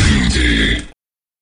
UPD.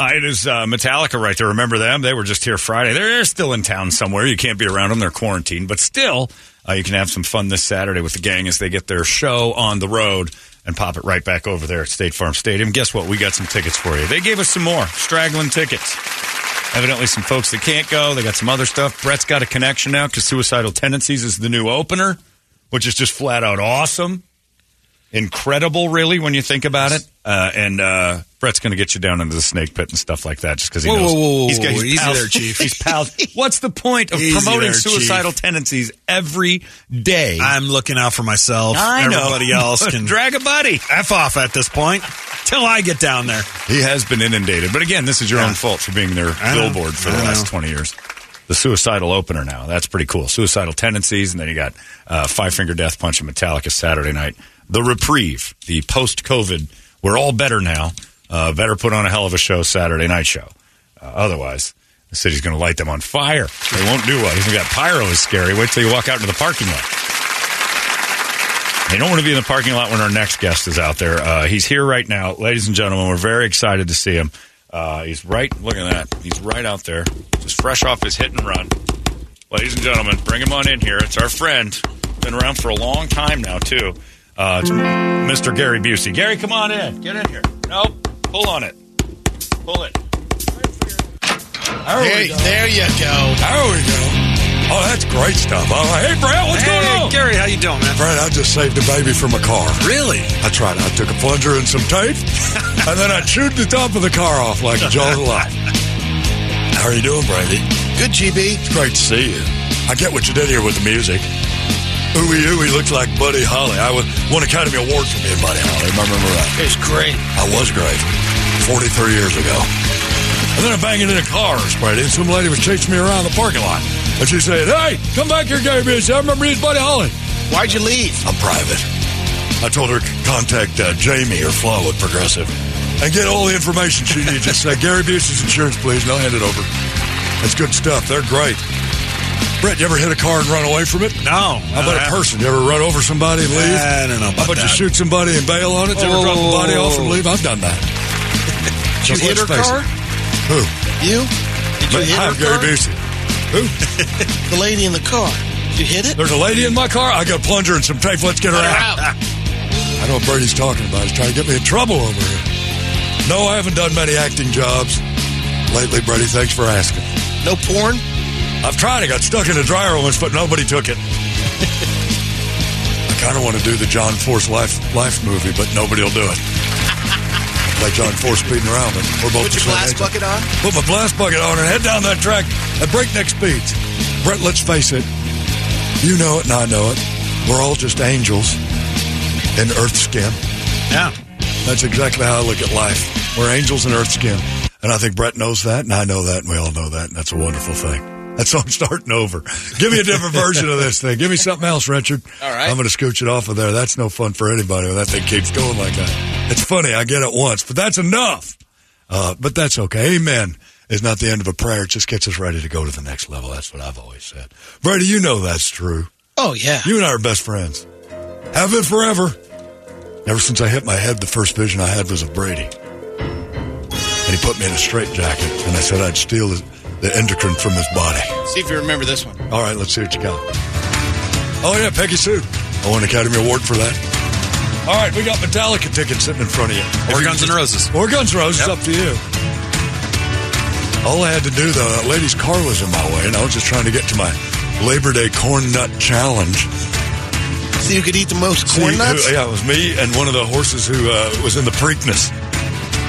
Uh, it is uh, Metallica right there. Remember them? They were just here Friday. They're, they're still in town somewhere. You can't be around them. They're quarantined. But still, uh, you can have some fun this Saturday with the gang as they get their show on the road and pop it right back over there at State Farm Stadium. Guess what? We got some tickets for you. They gave us some more straggling tickets. Evidently, some folks that can't go. They got some other stuff. Brett's got a connection now because Suicidal Tendencies is the new opener, which is just flat out awesome incredible, really, when you think about it. Uh, and uh, Brett's going to get you down into the snake pit and stuff like that, just because he Whoa, knows whoa, whoa, he's got whoa, he's easy pals- there, Chief. He's pals. What's the point of Easy there, promoting Chief. suicidal tendencies every day? I'm looking out for myself. I know. Everybody else can drag a buddy. f off at this point till I get down there. He has been inundated, but again, this is your own fault for being their I know. billboard for I the last know. twenty years. The suicidal opener now. That's pretty cool. Suicidal tendencies, and then you got uh, Five Finger Death Punch and Metallica Saturday night. The reprieve, the post COVID. We're all better now. Uh, better put on a hell of a show Saturday night show. Uh, otherwise, the city's going to light them on fire. They won't do well. Even got pyro is scary. Wait till you walk out into the parking lot. They don't want to be in the parking lot when our next guest is out there. Uh, he's here right now, ladies and gentlemen. We're very excited to see him. Uh, he's right. Look at that. He's right out there, just fresh off his hit and run. Ladies and gentlemen, bring him on in here. It's our friend. Been around for a long time now, too. Uh, it's Mr. Gary Busey. Gary, come on in. Get in here. Nope. Pull on it. Pull it. There, There, there you go. There we go. Oh, that's great stuff. Oh, hey, Brett, what's going on? Gary, how you doing, man? Brad, I just saved a baby from a car. Really? I tried. I took a plunger and some tape, and then I chewed the top of the car off like a jaws of life. How are you doing, Brady? Good GB. It's great to see you. I get what you did here with the music. Ooey ooey looks like Buddy Holly. I wa- won Academy Awards for being Buddy Holly, if I remember right. It's great. I was great. 43 years ago. And then I banged into cars, Brady, and some lady was chasing me around the parking lot. And she said, Hey, come back here, Gary Busey. I remember you as Buddy Holly. Why'd you leave? I'm private. I told her contact uh, Jamie or Flo at Progressive and get all the information she needs. Just say Gary Busey's insurance, please, and I'll hand it over. That's good stuff. They're great. Brett, you ever hit a car and run away from it? No. How about a person? You ever run over somebody and leave? I don't know about How about you that. shoot somebody and bail on it? You ever drop a body off and leave? I've done that. Oh. Did Just you hit her let's face car? it. Who? You? Did you hit I'm her Gary car? Busey. Who? The lady in the car. Did you hit it? There's a lady in my car. I got a plunger and some tape. Let's get her Get her out. I know what Brady's talking about. He's trying to get me in trouble over here. No, I haven't done many acting jobs lately, Brady. Thanks for asking. No porn? I've tried. I got stuck in a dryer once, but nobody took it. I kind of want to do the John Force life life movie, but nobody will do it. Like John Force beating around, but we're both Put your the same glass age. bucket on? Put my blast bucket on and head down that track at breakneck speeds. Brett, let's face it. You know it and I know it. We're all just angels in earth skin. Yeah. That's exactly how I look at life. We're angels in earth skin. And I think Brett knows that, and I know that, and we all know that, and that's a wonderful thing. That's so I'm starting over. Give me a different version of this thing. Give me something else, Richard. All right. I'm going to scooch it off of there. That's no fun for anybody when that thing keeps going like that. It's funny. I get it once, but that's enough. Uh, but that's okay. Amen is not the end of a prayer. It just gets us ready to go to the next level. That's what I've always said. Brady, you know that's true. Oh, yeah. You and I are best friends. Have been forever. Ever since I hit my head, the first vision I had was of Brady. And he put me in a straitjacket, and I said I'd steal his, the endocrine from his body. See if you remember this one. All right, let's see what you got. Oh, yeah, Peggy Sue. I won an Academy Award for that. All right, we got Metallica tickets sitting in front of you. Or Guns N' Roses. Or Guns N' Roses, up to you. All I had to do, though, that lady's car was in my way, and I was just trying to get to my Labor Day Corn Nut Challenge. So you could eat the most See, corn who- nuts? yeah, it was me and one of the horses who uh, was in the Preakness.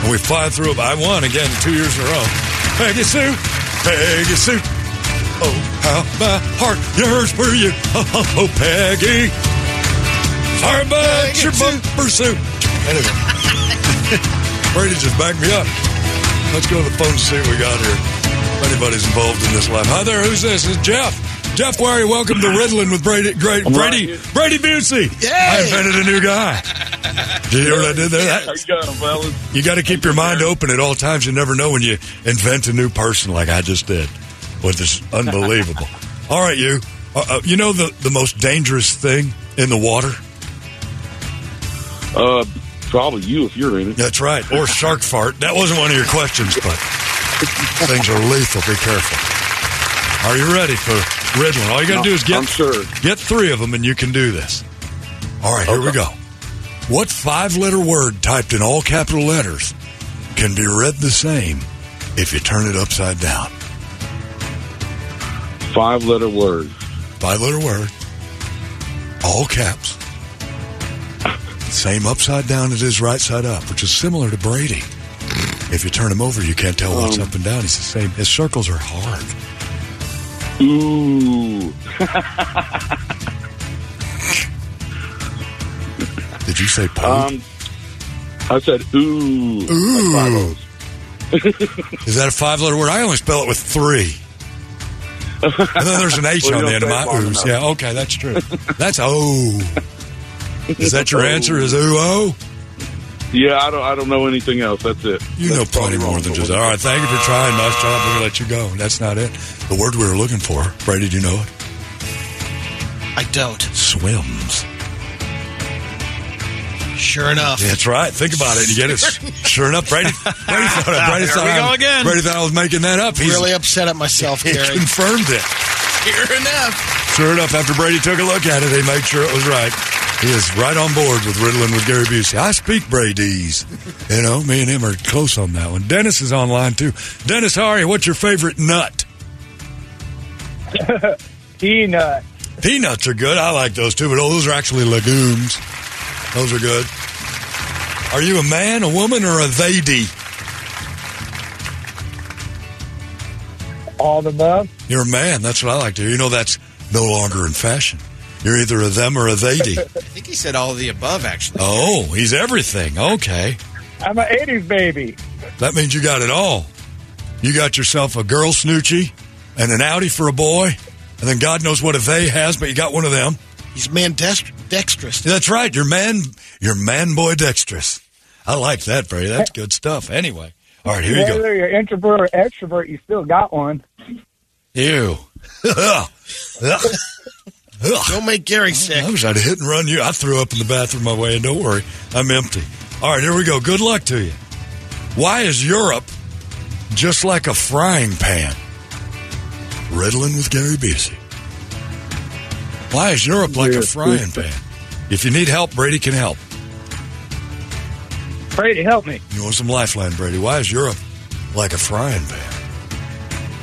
And we fly through it. I won again two years in a row. Peggy Sue. Peggy Sue. oh, how my heart yearns for you. Oh, oh, oh Peggy. Sorry about your bumper suit. Anyway, Brady just backed me up. Let's go to the phone and see what we got here. If anybody's involved in this life. Hi there, who's this? It's Jeff. Jeff Wary, welcome to Riddlin' with Brady great, Brady Brady Busey. Yay! I invented a new guy. Did you hear what I did there? That- got him, fellas. you got to keep your mind open at all times. You never know when you invent a new person like I just did, which is unbelievable. all right, you. Uh, uh, you know the, the most dangerous thing in the water? Uh, probably you if you're in it. That's right. Or shark fart. That wasn't one of your questions, but things are lethal. Be careful. Are you ready for Riddlin? All you got to do is get I'm sure. get three of them, and you can do this. All right, here we go. What five letter word typed in all capital letters can be read the same if you turn it upside down? Five letter word. Five letter word, all caps. Same upside down as it is right side up, which is similar to Brady. If you turn him over, you can't tell Um. what's up and down. He's the same. His circles are hard. Ooh. Did you say poo? Um, I said ooh. That's five Uh-huh. Ooh. O's. Is that a five letter word? I only spell it with three. And then there's an H Well, you on the don't end of think my long ooze. enough. Yeah, okay, that's true. That's O. Is that your answer? Is ooh O? Yeah, I don't. I don't know anything else. That's it. You That's know plenty probably wrong, more than but just. what- All right, thank you for trying. Nice job. We're gonna let you go. That's not it. The word we were looking for, Brady, do you know it? I don't. Swims. Sure enough. That's right. Think about it. You get it. Sure enough, Brady. Brady thought, Brady There thought we I- go again. Brady thought I was making that up. He's, really upset at myself, he Gary. confirmed it. Sure enough. Sure enough, after Brady took a look at it, he made sure it was right. He is right on board with Riddlin' with Gary Busey. I speak Brady's. You know, me and him are close on that one. Dennis is online too. Dennis, how are you? What's your favorite nut? Peanut. Peanuts are good. I like those too, but oh, those are actually legumes. Those are good. Are you a man, a woman, or a thady? All the above. You're a man. That's what I like to hear. You know, that's no longer in fashion. You're either a them or a thady. I think he said all of the above, actually. Oh, he's everything. Okay. I'm an 80s baby. That means you got it all. You got yourself a girl snoochie and an Audi for a boy, and then God knows what a they has, but you got one of them. He's man dest- dexterous. That's right. You're man, you're man boy dexterous. I like that, Brady. That's good stuff. Anyway, all right, here you go. Whether you're introvert or extrovert, you still got one. Ew. Ugh. Ugh. Ugh. Don't make Gary sick. I was out to hit and run you. I threw up in the bathroom my way, and don't worry, I'm empty. All right, here we go. Good luck to you. Why is Europe just like a frying pan? Riddling with Gary Busey. Why is Europe like a frying pan? If you need help, Brady can help. Brady, help me. You want some lifeline, Brady? Why is Europe like a frying pan?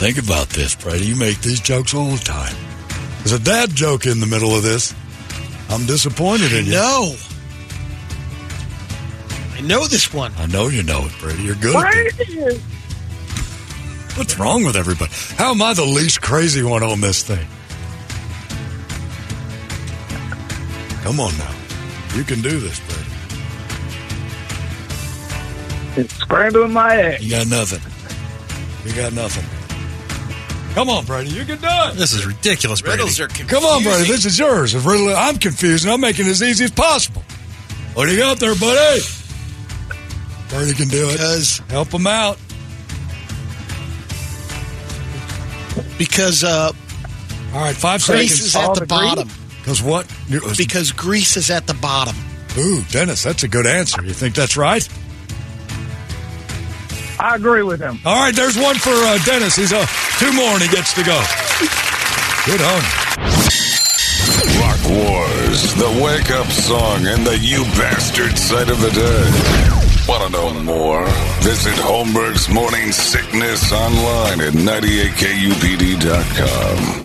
Think about this, Brady. You make these jokes all the time. There's a dad joke in the middle of this. I'm disappointed in you. No. I know this one. I know you know it, Brady. You're good. at this. Brady! What's wrong with everybody? How am I the least crazy one on this thing? Come on now. You can do this, Brady. It's scrambling my egg. You got nothing. You got nothing. Come on, Brady. You can do it. This is ridiculous, Brady. Riddles are confusing. Come on, brother. This is yours. If really- I'm confused and I'm making it as easy as possible. What do you got there, buddy? Birdie can do it. because Help him out. because uh, All right, five Greece seconds. is at All the the bottom. Because what? you Because Greece is at the bottom. Ooh, Dennis, that's a good answer. You think that's right? I agree with him. All right, there's one for uh, Dennis. He's uh, two more and he gets to go. Good on. you. Rock Wars, the wake up song, and the you bastard site of the day. Want to know more? Visit E Holmberg's Morning Sickness online at 98kupd.com.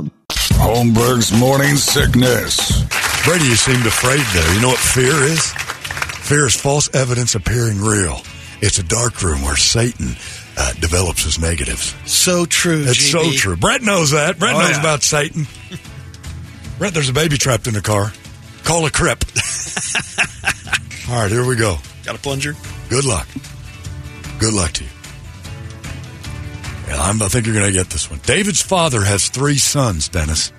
Holmberg's morning sickness. Brady, you seemed afraid there. You know what fear is? Fear is false evidence appearing real. It's a dark room where Satan uh, develops his negatives. So true. GB. It's so true. Brett knows that. Brett Oh, knows yeah. about Satan. Brett, there's a baby trapped in the car. Call a crip. All right, here we go. Got a plunger? Good luck. Good luck to you. Yeah, I'm, I think you're going to get this one. David's father has three sons, Dennis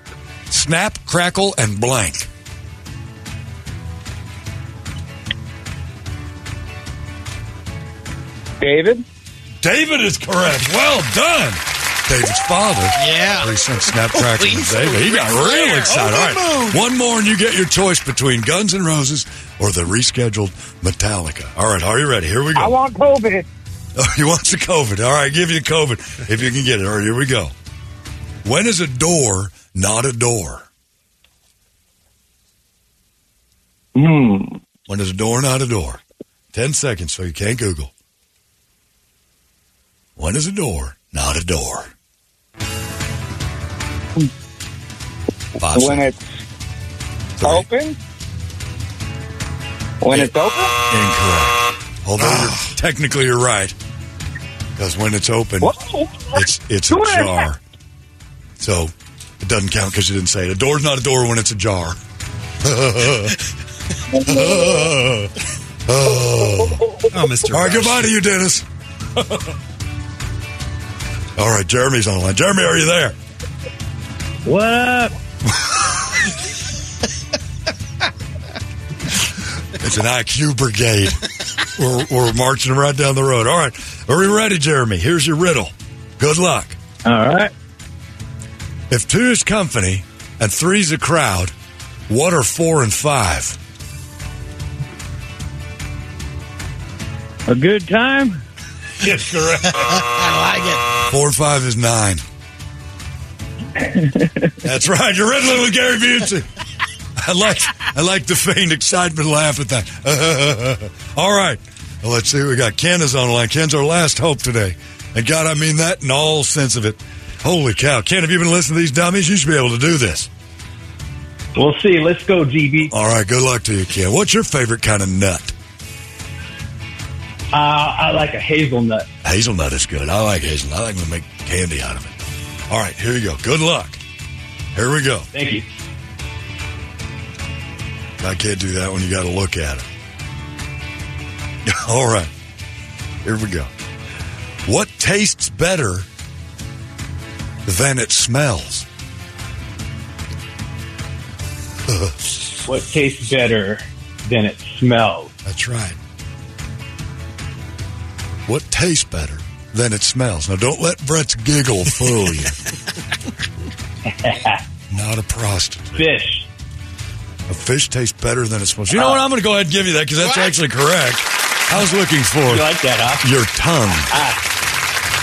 Snap, Crackle, and Blank. David? David is correct. Well done. David's father. Yeah. Three sons, Snap, Crackle, and David. He got real excited. All right. One more, and you get your choice between Guns N' Roses or the rescheduled Metallica. All right. Are you ready? Here we go. I want COVID. Oh, he wants the COVID. All right, give you COVID if you can get it. All right, here we go. When is a door not a door? Hmm. When is a door not a door? 10 seconds, so you can't Google. When is a door not a door? Five When seconds. it's open? When it's open? Incorrect. Although you're, technically you're right. Because when it's open, Whoa. It's it's a Who is jar. So it doesn't count because you didn't say it. A door's not a door when it's a jar. Oh, Mr. All right, Rush. goodbye to you, Dennis. All right, Jeremy's on the line. Jeremy, are you there? What up? It's an IQ brigade. we're, we're marching right down the road. All right, are we ready, Jeremy? Here's your riddle. Good luck. All right. If two is company and three's a crowd, what are four and five? A good time? Yes, correct. I Four and five is nine. That's right. You're riddling with Gary Busey. I like I like the faint excitement laugh at that. all right. Well, let's see what we got. Ken is on the line. Ken's our last hope today. And God, I mean that in all sense of it. Holy cow. Ken, have you been listening to these dummies? You should be able to do this. We'll see. Let's go, GB. All right. Good luck to you, Ken. What's your favorite kind of nut? Uh, I like a hazelnut. Hazelnut is good. I like hazelnut. I like to make candy out of it. All right. Here you go. Good luck. Here we go. Thank you. I can't do that when you got to look at it. All right. Here we go. What tastes better than it smells? What tastes better than it smells? That's right. What tastes better than it smells? Now, don't let Brett's giggle fool you. Not a prostitute. Fish. A fish tastes better than it smells. You know what? I'm going to go ahead and give you that because that's actually correct. I was looking for You like that, huh? Your tongue.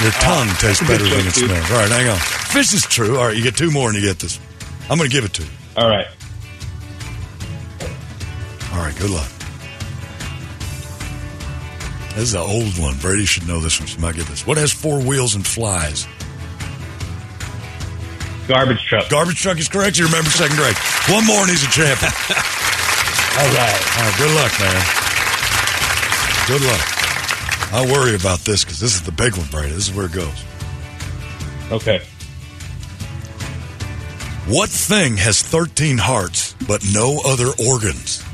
Your tongue tastes better than it joke, dude. smells. All right, hang on. Fish is true. All right, you get two more and you get this. I'm going to give it to you. All right. All right, good luck. This is an old one. Brady should know this one. She might get this. What has four wheels and flies? Garbage truck. Garbage truck is correct. You remember second grade. One more and he's a champion. All right. All right, good luck, man. Good luck. I worry about this because this is the big one, Brady. This is where it goes. Okay. What thing has 13 hearts but no other organs?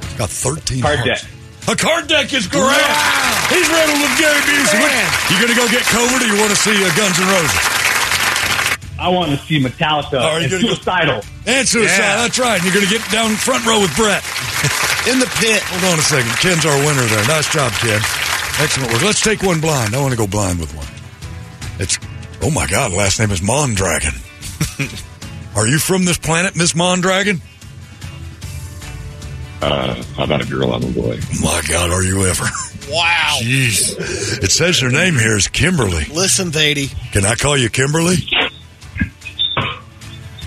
It's got 13 Card hearts. deck. A card deck is correct. He's riddled with Gary Busey. What- You going to go get COVID or you want to see uh, Guns N' Roses? I want to see Metallica. All right, and good to go. suicidal. And suicide. Yeah. That's right. And you're going to get down front row with Brett. like it. In the pit. Hold on a second. Ken's our winner there. Nice job, Ken. Excellent work. Let's take one blind. I want to go blind with one. It's, oh my God, last name is Mondragon. Are you from this planet, Miss Mondragon? Uh, I'm not a girl, I'm a boy. My God, are you ever? Wow. Jeez. It says her name here is Kimberly. Listen, Thady. Can I call you Kimberly?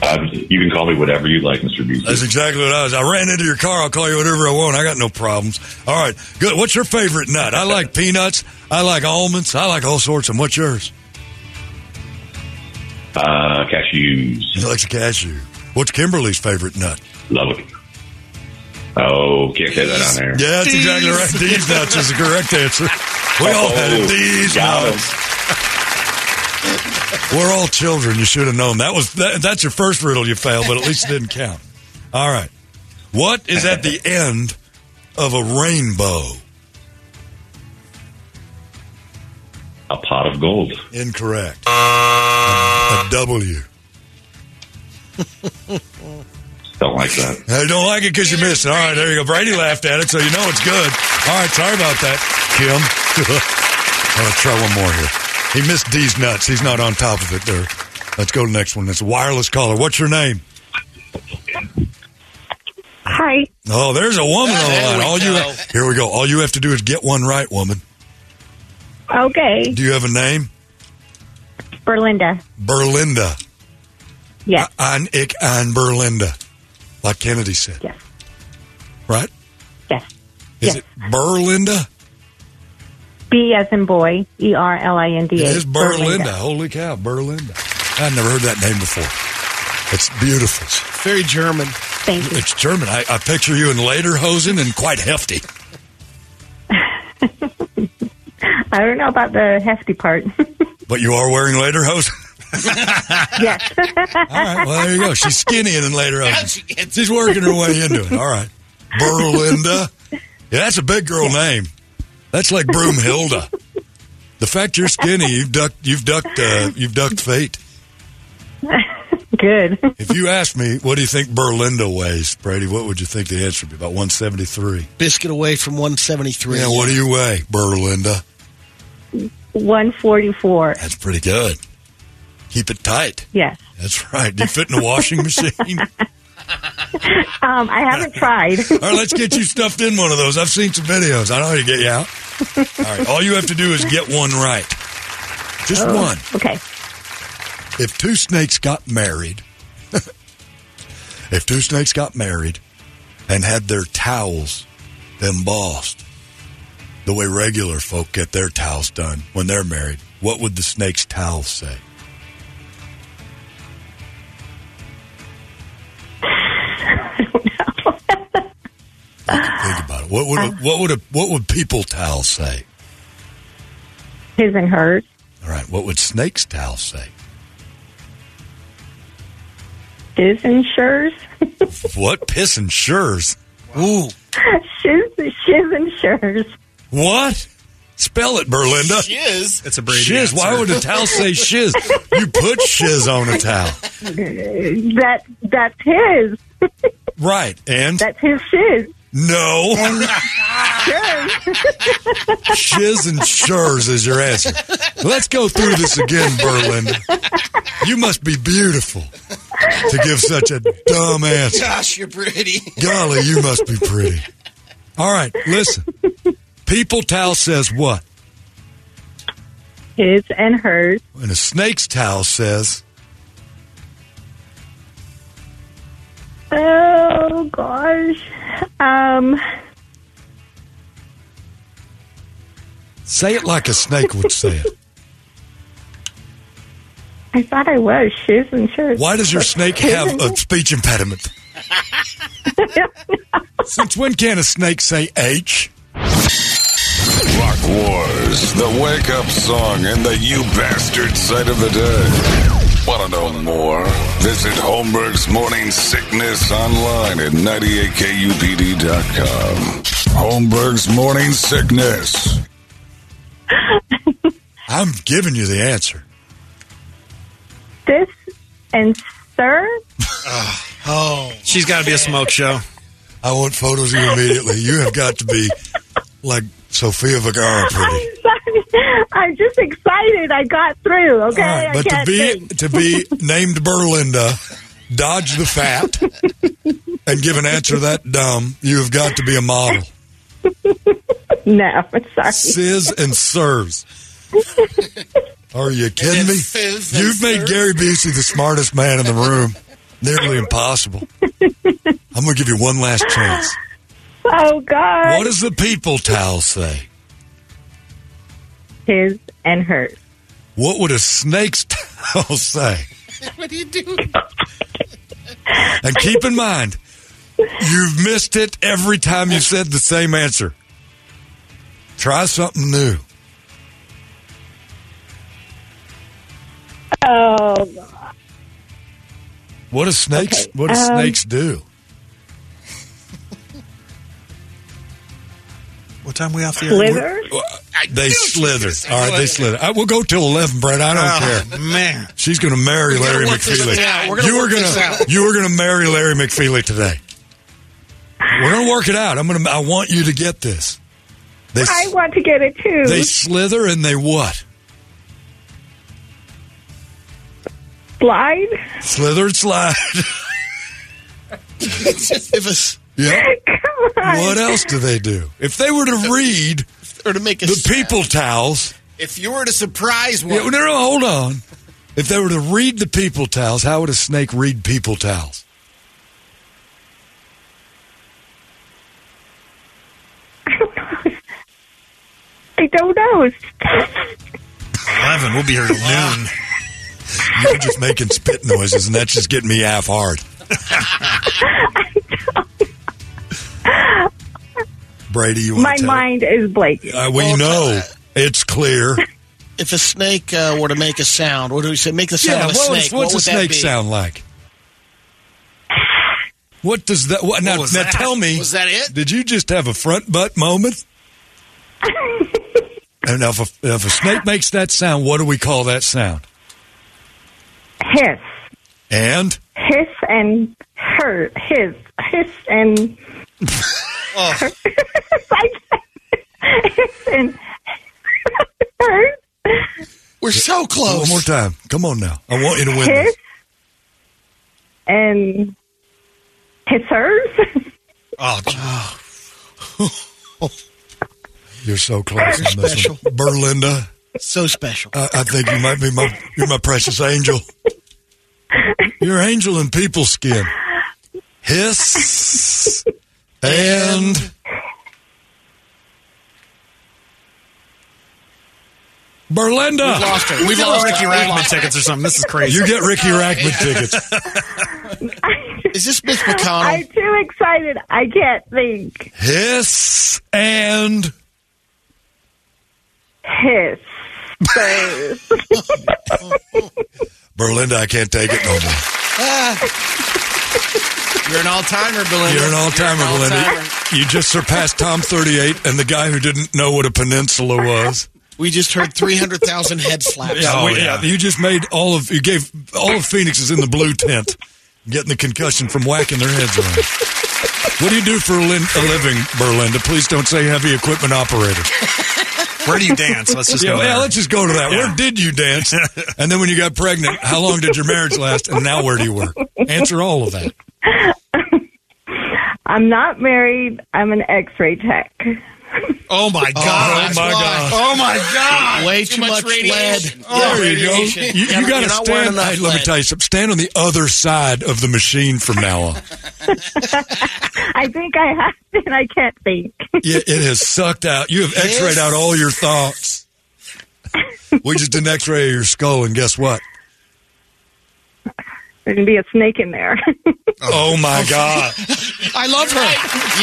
Um, you can call me whatever you like, Mr. Busey. That's exactly what I was. I ran into your car. I'll call you whatever I want. I got no problems. All right, good. What's your favorite nut? I like peanuts. I like almonds. I like all sorts of them. What's yours? Uh, cashews. He likes a cashew. What's Kimberly's favorite nut? Love it. Oh, can't say uh, that on there. Yeah, that's exactly right. These nuts is the correct answer. We all had it. These got 'em. nuts. We're all children. You should have known that was that, that's your first riddle you failed, but at least it didn't count. All right. What is at the end of a rainbow? A pot of gold. Incorrect. A, a W. Don't like that. I don't like it because you missed it. All right, there you go. Brady laughed at it, so you know it's good. All right, sorry about that, Kim. I'll try one more here. He missed D's nuts. He's not on top of it there. Let's go to the next one. It's a wireless caller. What's your name? Hi. Oh, there's a woman on the There line. we All go. you here we go. All you have to do is get one right, woman. Okay. Do you have a name? Berlinda. Berlinda. Yes. An ich ein Berlinda, like Kennedy said. Yes. Right? Yes. Is Yes. it Berlinda? B as in boy. E R L I N D A. It is Berlinda. Holy cow, Berlinda. I've never heard that name before. It's beautiful. Very German. Thank you. It's German. I, I picture you in lederhosen and quite hefty. I don't know about the hefty part. But you are wearing lederhosen? yes. All right. Well, there you go. She's skinny and in lederhosen. She gets She's working her way into it. All right. Berlinda. Yeah, that's a big girl name. That's like Broomhilda. The fact you're skinny, you've ducked, you've ducked, uh, you've ducked fate. Good. If you asked me, what do you think Berlinda weighs, Brady? What would you think the answer would be? About 173. Biscuit away from 173. Yeah, what do you weigh, Berlinda? 144. That's pretty good. Keep it tight. Yes. That's right. Do you fit in a washing machine? All Um, I haven't tried. right, let's get you stuffed in one of those. I've seen some videos. I know how to get you out. All right, all you have to do is get one right. Just one. Oh, Okay. If two snakes got married, if two snakes got married and had their towels embossed the way regular folk get their towels done when they're married, what would the snake's towel say? Think about it. What would a, what would a, what would people towel say? His and hers. All right. What would snake's towel say? His and shers. What piss and shurs? Ooh. Shiz, shiz and shers. What? Spell it, Berlinda. She is. It's a Brady. Shiz. answer. Why would a towel say shiz? You put shiz on a towel, That, that's his. right? And That's his shiz. no, Shers. shiz and shurs is your answer. Let's go through this again, Berlinda. You must be beautiful to give such a dumb answer. Gosh, you're pretty. Golly, you must be pretty. All right, listen. People towel says what? His and hers. And a snake's towel says, Oh gosh. Um, say it like a snake would say it. I thought I was shiz and shers. Why does your snake have a speech impediment? Since when can a snake say H? Rock Wars, the wake up song and the you bastard side of the day. Want to know more? Visit Holmberg's Morning Sickness online at 98kupd.com. Holmberg's Morning Sickness. I'm giving you the answer. This and sir. Oh. She's got to be a smoke show. I want photos of you immediately. You have got to be like Sofia Vergara pretty. I'm sorry. I'm just excited. I got through. Okay, All right, I but to can't be think. to be named Berlinda, dodge the fat, and give an answer that dumb, you have got to be a model. No, sorry. Sizz and serves. Are you kidding me? Sizz and You've made serves. Gary Busey the smartest man in the room. Nearly impossible. I'm going to give you one last chance. Oh God, What does the people towel say? his and hers. What would a snake's towel say? what do you do? And keep in mind, you've missed it every time you said the same answer. Try something new. Oh, What do snakes? Okay, What do um, snakes do? What time we off the air? slither. They slither. All right, they slither. I, we'll go till eleven, Brad. I Ah. don't care. Man. She's going to marry We gotta Larry work this McFeely. thing out. We're gonna you were work this gonna- out. you were going to marry Larry McFeely today. We're going to work it out. I'm going to. I want you to get this. They s- I want to get it too. they slither and they what? Slide. Slither and slide. if us yeah. Come on. What else do they do? If they were to read or to make us the people towels, If you were to surprise one, yeah, no, no, hold on. If they were to read the people towels, how would a snake read people towels? I don't know. 11. We'll be here till noon. You're just making spit noises, and that's just getting me half hard. Brady, you want My to tell mind is blank. Uh, we Well, know it's clear. if a snake uh, were to make a sound, what do we say? Make the sound yeah, of a what snake. does- what what's would a snake that be? sound like? What does that? What, now, was now that? tell me. Was that it? Did you just have a front butt moment? and if a, if a snake makes that sound, what do we call that sound? Hiss, And hiss, and her. His, hiss, and. Oh. hiss and her. We're so close. one more time. Come on now. I want you to win Hiss this. and hissers. Oh, gee. You're so close. on this Special. one. Berlinda, So special. I, I think you might be my you're my precious angel. You're angel in people skin. Hiss and Berlinda. lost her. We've lost Ricky Rackman tickets or something. Oh, This is crazy. You get Ricky Rackman tickets. Is this Miss I'm McConnell? too excited. I can't think. Hiss and Hissers. Berlinda, I can't take it no more. You're an all timer, Belinda. You're an all timer, Berlinda. You just surpassed Tom 38 and the guy who didn't know what a peninsula was. We just heard 300,000 head slaps. Yeah, Oh, we- yeah. You just made all of you gave all of Phoenix is in the blue tent, getting the concussion from whacking their heads around. What do you do for a, lin- a living, Berlinda? Please don't say heavy equipment operator. Where do you dance? Let's just Yeah, go. yeah, there. let's just go to that. Yeah. Where did you dance? And then when you got pregnant, how long did your marriage last? And now where do you work? Answer all of that. I'm not married. I'm an X-ray tech. Oh my god! my god! Oh my god! Way too, much, radiation. lead. Oh, there you go. You, radiation. you You're not- got you're to not stand. wearing enough hey, let me lead. tell you something. Stand on the other side of the machine from now on. I think I have, and I can't think. Yeah, it has sucked out. You have Yes. x-rayed out all your thoughts. we just did an x-ray of your skull, and guess what? There's gonna be a snake in there. Oh, my God. I love her.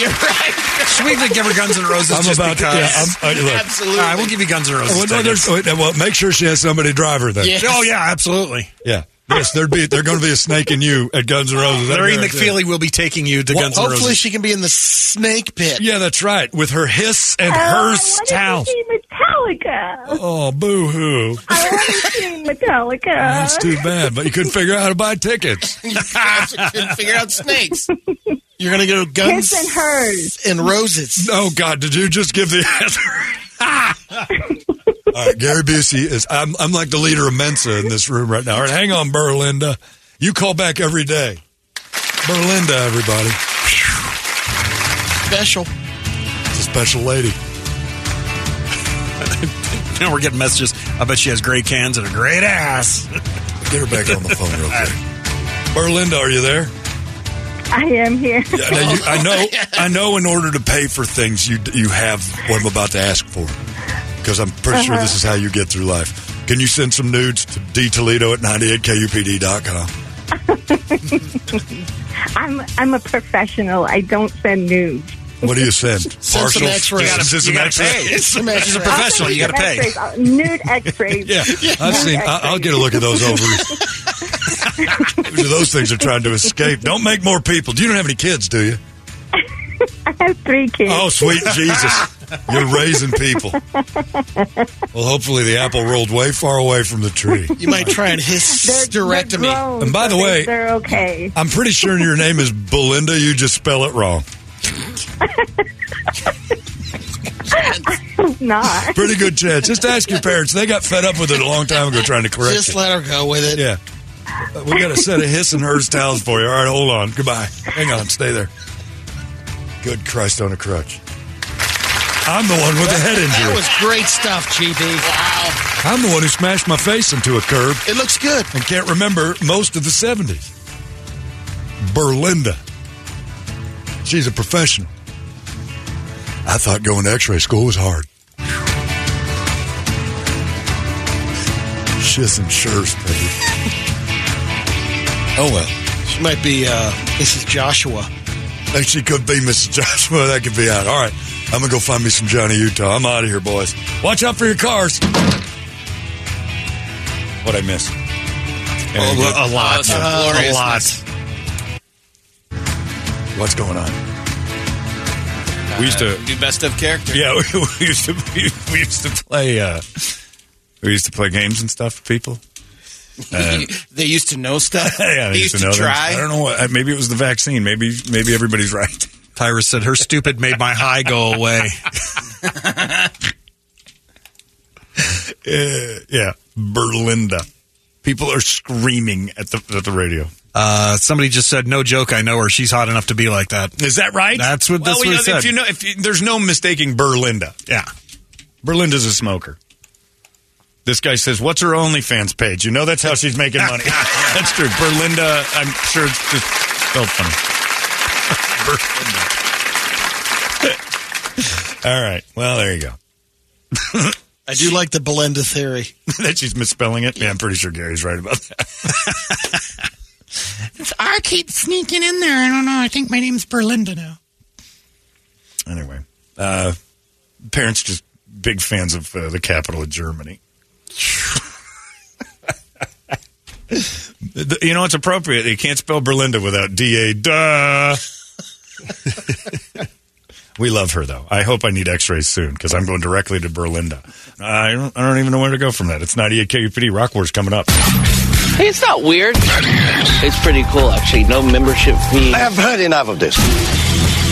You're right. Should we give her Guns N' Oh, Roses I'm just about to. because? Yeah, I'm, uh, look. Absolutely. All right, we'll give you Guns N' Roses. Well, no, tickets. there's- wait, well, make sure she has somebody drive her then. Yeah. oh yeah, absolutely. Yeah. Yes, there'd be they're going to be a snake in you at Guns N' Roses. That'd Larry be right there. McFeely will be taking you to Well, Guns N' Hopefully Roses. she can be in the snake pit. Yeah, that's right. With her hiss and I her want towel. to see Metallica. Oh, boo hoo. I want to see Metallica. That's too bad, but you couldn't figure out how to buy tickets. couldn't figure out snakes. You're going to go guns His and hers. and roses. Oh God! Did you just give the answer? All right, Gary Busey is. I'm, I'm like the leader of Mensa in this room right now. All right, hang on, Berlinda. You call back every day. Berlinda, everybody. Special. It's a special lady. now we're getting messages. I bet she has great cans and a great ass. Get her back on the phone real quick. Berlinda, are you there? I am here. Yeah, now you, I know. I know. In order to pay for things, you you have what I'm about to ask for, because I'm pretty sure Uh-huh. this is how you get through life. Can you send some nudes to dtoledo at 98kupd.com? I'm I'm a professional. I don't send nudes. What do you send? Send some x-rays. Just- just You some gotta x-rays? pay. Some x-rays. She's a professional. You gotta pay. X-rays. Uh, nude X-rays. yeah, Yeah. I've Nude seen. I, I'll get a look at those ovaries. those things are trying to escape. Don't make more people. You don't have any kids, do you? I have three kids. Oh, sweet Jesus. You're raising people. Well, hopefully the apple rolled way far away from the tree. You might try and hysterectomy. grown, And by the so they- way- they're okay. I'm pretty sure your name is Belinda. You just spell it wrong. I'm not. Pretty good chance. Just ask your parents. They got fed up with it a long time ago trying to correct Just it. let her go with it. Yeah. Uh, We got a set of his and hers towels for you. All right, hold on. Goodbye. Hang on. Stay there. Good Christ on a crutch. I'm the one with the head That injury. was great stuff, GB. Wow. I'm the one who smashed my face into a curb It looks good. and can't remember most of the 70s. Berlinda. She's a professional. I thought going to x ray school was hard. Shiz and shirts, baby. Oh, well. She might be uh, Mrs. Joshua. Think she could be Mrs. Joshua. That could be out. All right. I'm going to go find me some Johnny Utah. I'm out of here, boys. Watch out for your cars. What I miss? Anything good? Oh, a lot. so a glorious. lot. What's going on? We used to Do best of character. Yeah, we, we used to we, we used to play uh, we used to play games and stuff for people. Uh, they used to know stuff. yeah, they used to, know them. try. I don't know. What, uh, maybe it was the vaccine. Maybe maybe everybody's right. Tyra said her stupid made my high go away. Uh, yeah, Berlinda. People are screaming at the at the radio. Uh, somebody just said, "No joke, I know her. She's hot enough to be like that." Is that right? That's what- Well, that's what you it know, said. If you know, if you, there's no mistaking Berlinda. Yeah, Berlinda's a smoker. This guy says, "What's her OnlyFans page?" You know that's how she's making money. that's true. Berlinda, I'm sure it's just spelled funny. Berlinda. All right. Well, there you go. I do like the Belinda theory. that she's misspelling it. Yeah, I'm pretty sure Gary's right about that. I keep sneaking in there. I don't know. I think my name's Berlinda now. Anyway, uh, parents just big fans of uh, the capital of Germany. The- you know it's appropriate. You can't spell Berlinda without D A. Duh. we love her though. I hope I need X-rays soon because I'm going directly to Berlinda. I don't, I don't even know where to go from that. It's E 98 KUPD Rock Wars coming up. Hey, it's not weird. It's pretty cool, actually. No membership fee. I have heard enough of this.